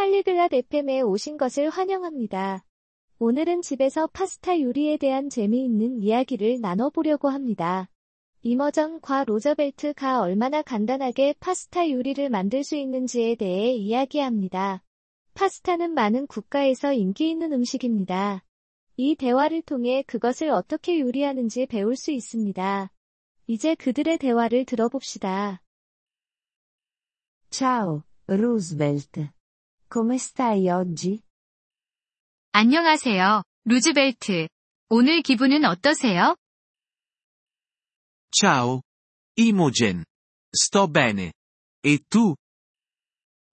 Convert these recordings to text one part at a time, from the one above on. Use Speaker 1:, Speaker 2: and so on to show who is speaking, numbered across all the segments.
Speaker 1: 찰리글랏 FM에 오신 것을 환영합니다. 오늘은 집에서 파스타 요리에 대한 재미있는 이야기를 나눠보려고 합니다. 이머전과 로저벨트가 얼마나 간단하게 파스타 요리를 만들 수 있는지에 대해 이야기합니다. 파스타는 많은 국가에서 인기 있는 음식입니다. 이 대화를 통해 그것을 어떻게 요리하는지 배울 수 있습니다. 이제 그들의 대화를 들어봅시다.
Speaker 2: Ciao, Roosevelt. Come stai oggi?
Speaker 3: 안녕하세요, 루즈벨트. 오늘 기분은 어떠세요?
Speaker 4: Ciao. Imogen. Sto bene. E tu?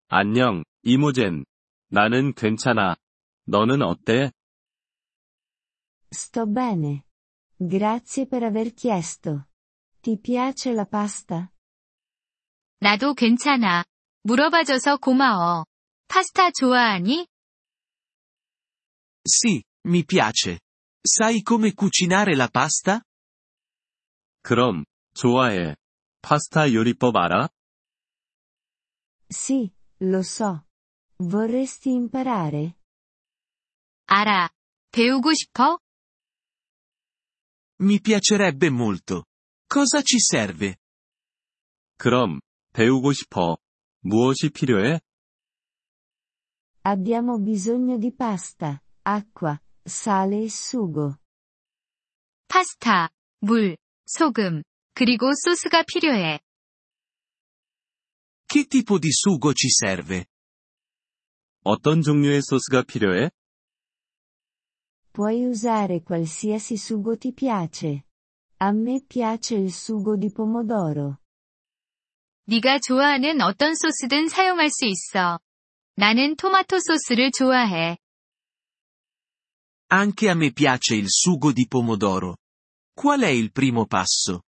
Speaker 5: 안녕, 이모젠. 나는 괜찮아. 너는 어때?
Speaker 2: Sto bene. Grazie per aver chiesto. Ti piace la pasta?
Speaker 3: 나도 괜찮아. 물어봐줘서 고마워. 파스타 좋아하니?
Speaker 4: Sì, mi piace. Sai come cucinare la pasta?
Speaker 5: 그럼, 좋아해. 파스타 요리법 알아?
Speaker 2: Sì, lo so. Vorresti imparare?
Speaker 3: 알아. 배우고 싶어?
Speaker 4: Mi piacerebbe molto. Cosa ci serve?
Speaker 5: 그럼, 배우고 싶어. 무엇이 필요해?
Speaker 2: Abbiamo bisogno di pasta, acqua, sale e sugo.
Speaker 3: 파스타, 물, 소금, 그리고 소스가 필요해.
Speaker 4: Che tipo di sugo ci serve?
Speaker 5: 어떤 종류의 소스가 필요해?
Speaker 2: Puoi usare qualsiasi sugo ti piace. A me piace il sugo di pomodoro.
Speaker 3: 네가 좋아하는 어떤 소스든 사용할 수 있어. 나는 토마토 소스를 좋아해.
Speaker 4: Anche a me piace il sugo di pomodoro. Qual è il primo passo?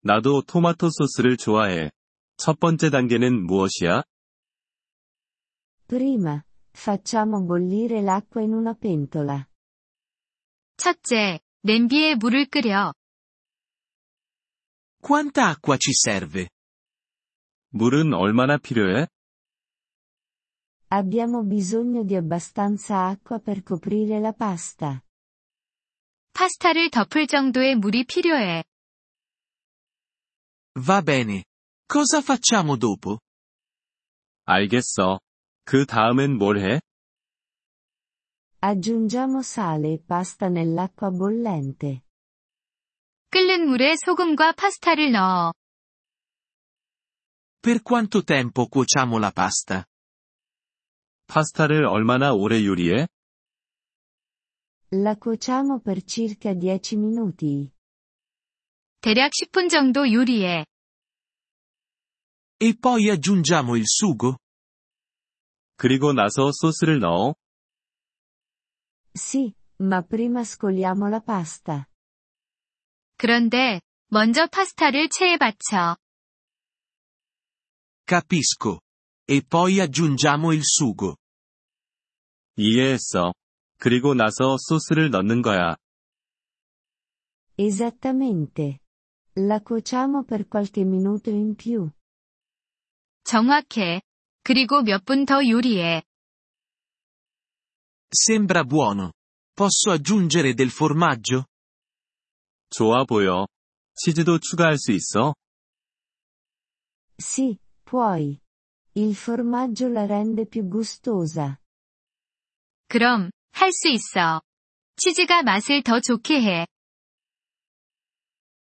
Speaker 5: 나도 토마토 소스를 좋아해. 첫 번째 단계는 무엇이야?
Speaker 2: Prima, facciamo bollire l'acqua in una pentola.
Speaker 3: 첫째, 냄비에 물을 끓여.
Speaker 4: Quanta acqua ci serve?
Speaker 5: 물은 얼마나 필요해?
Speaker 2: Abbiamo bisogno di abbastanza acqua per coprire la pasta.
Speaker 3: 파스타를 덮을 정도의 물이 필요해.
Speaker 4: Va bene. Cosa facciamo dopo?
Speaker 5: 알겠어. 그 다음엔 뭘 해?
Speaker 2: Aggiungiamo sale e pasta nell'acqua bollente.
Speaker 3: 끓는 물에 소금과 파스타를 넣어.
Speaker 4: Per quanto tempo cuociamo la pasta?
Speaker 5: 파스타를 얼마나 오래 요리해?
Speaker 2: La cuociamo per circa 10 minuti.
Speaker 3: 대략 10분 정도 요리해.
Speaker 4: E poi aggiungiamo il sugo?
Speaker 5: 그리고 나서 소스를 넣어.
Speaker 2: Sì, ma prima scoliamo la pasta.
Speaker 3: 그런데, 먼저 파스타를 체에 받쳐.
Speaker 4: Capisco. E poi aggiungiamo il sugo.
Speaker 5: 이해했어. 그리고 나서 소스를 넣는 거야.
Speaker 2: Esattamente. La cuociamo per qualche minuto in più.
Speaker 3: 정확해. 그리고 몇 분 더 요리해.
Speaker 4: Sembra buono. Posso aggiungere del formaggio?
Speaker 5: 좋아 보여. 치즈도 추가할 수 있어?
Speaker 2: Sì, puoi. Il formaggio la rende più gustosa.
Speaker 3: 그럼, 할 수 있어. 치즈가 맛을 더 좋게 해.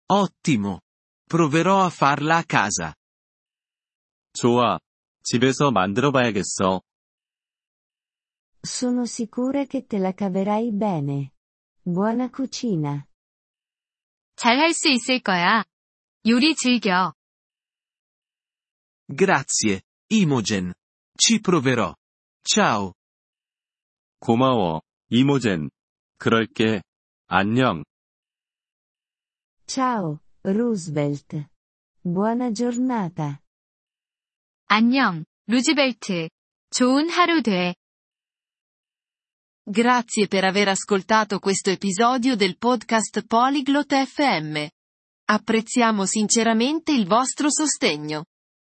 Speaker 4: Ottimo. Proverò a farla a casa.
Speaker 5: 좋아. 집에서 만들어 봐야겠어.
Speaker 2: Sono sicura che te la caverai bene. Buona cucina.
Speaker 3: 잘 할 수 있을 거야. 요리 즐겨.
Speaker 4: Grazie, Imogen. Ci proverò. Ciao.
Speaker 5: 고마워. 이모젠. 그럴게. 안녕.
Speaker 2: Ciao, Roosevelt. Buona giornata.
Speaker 3: 안녕, 루즈벨트. 좋은 하루 돼.
Speaker 6: Grazie per aver ascoltato questo episodio del podcast Polyglot FM. Apprezziamo sinceramente il vostro sostegno.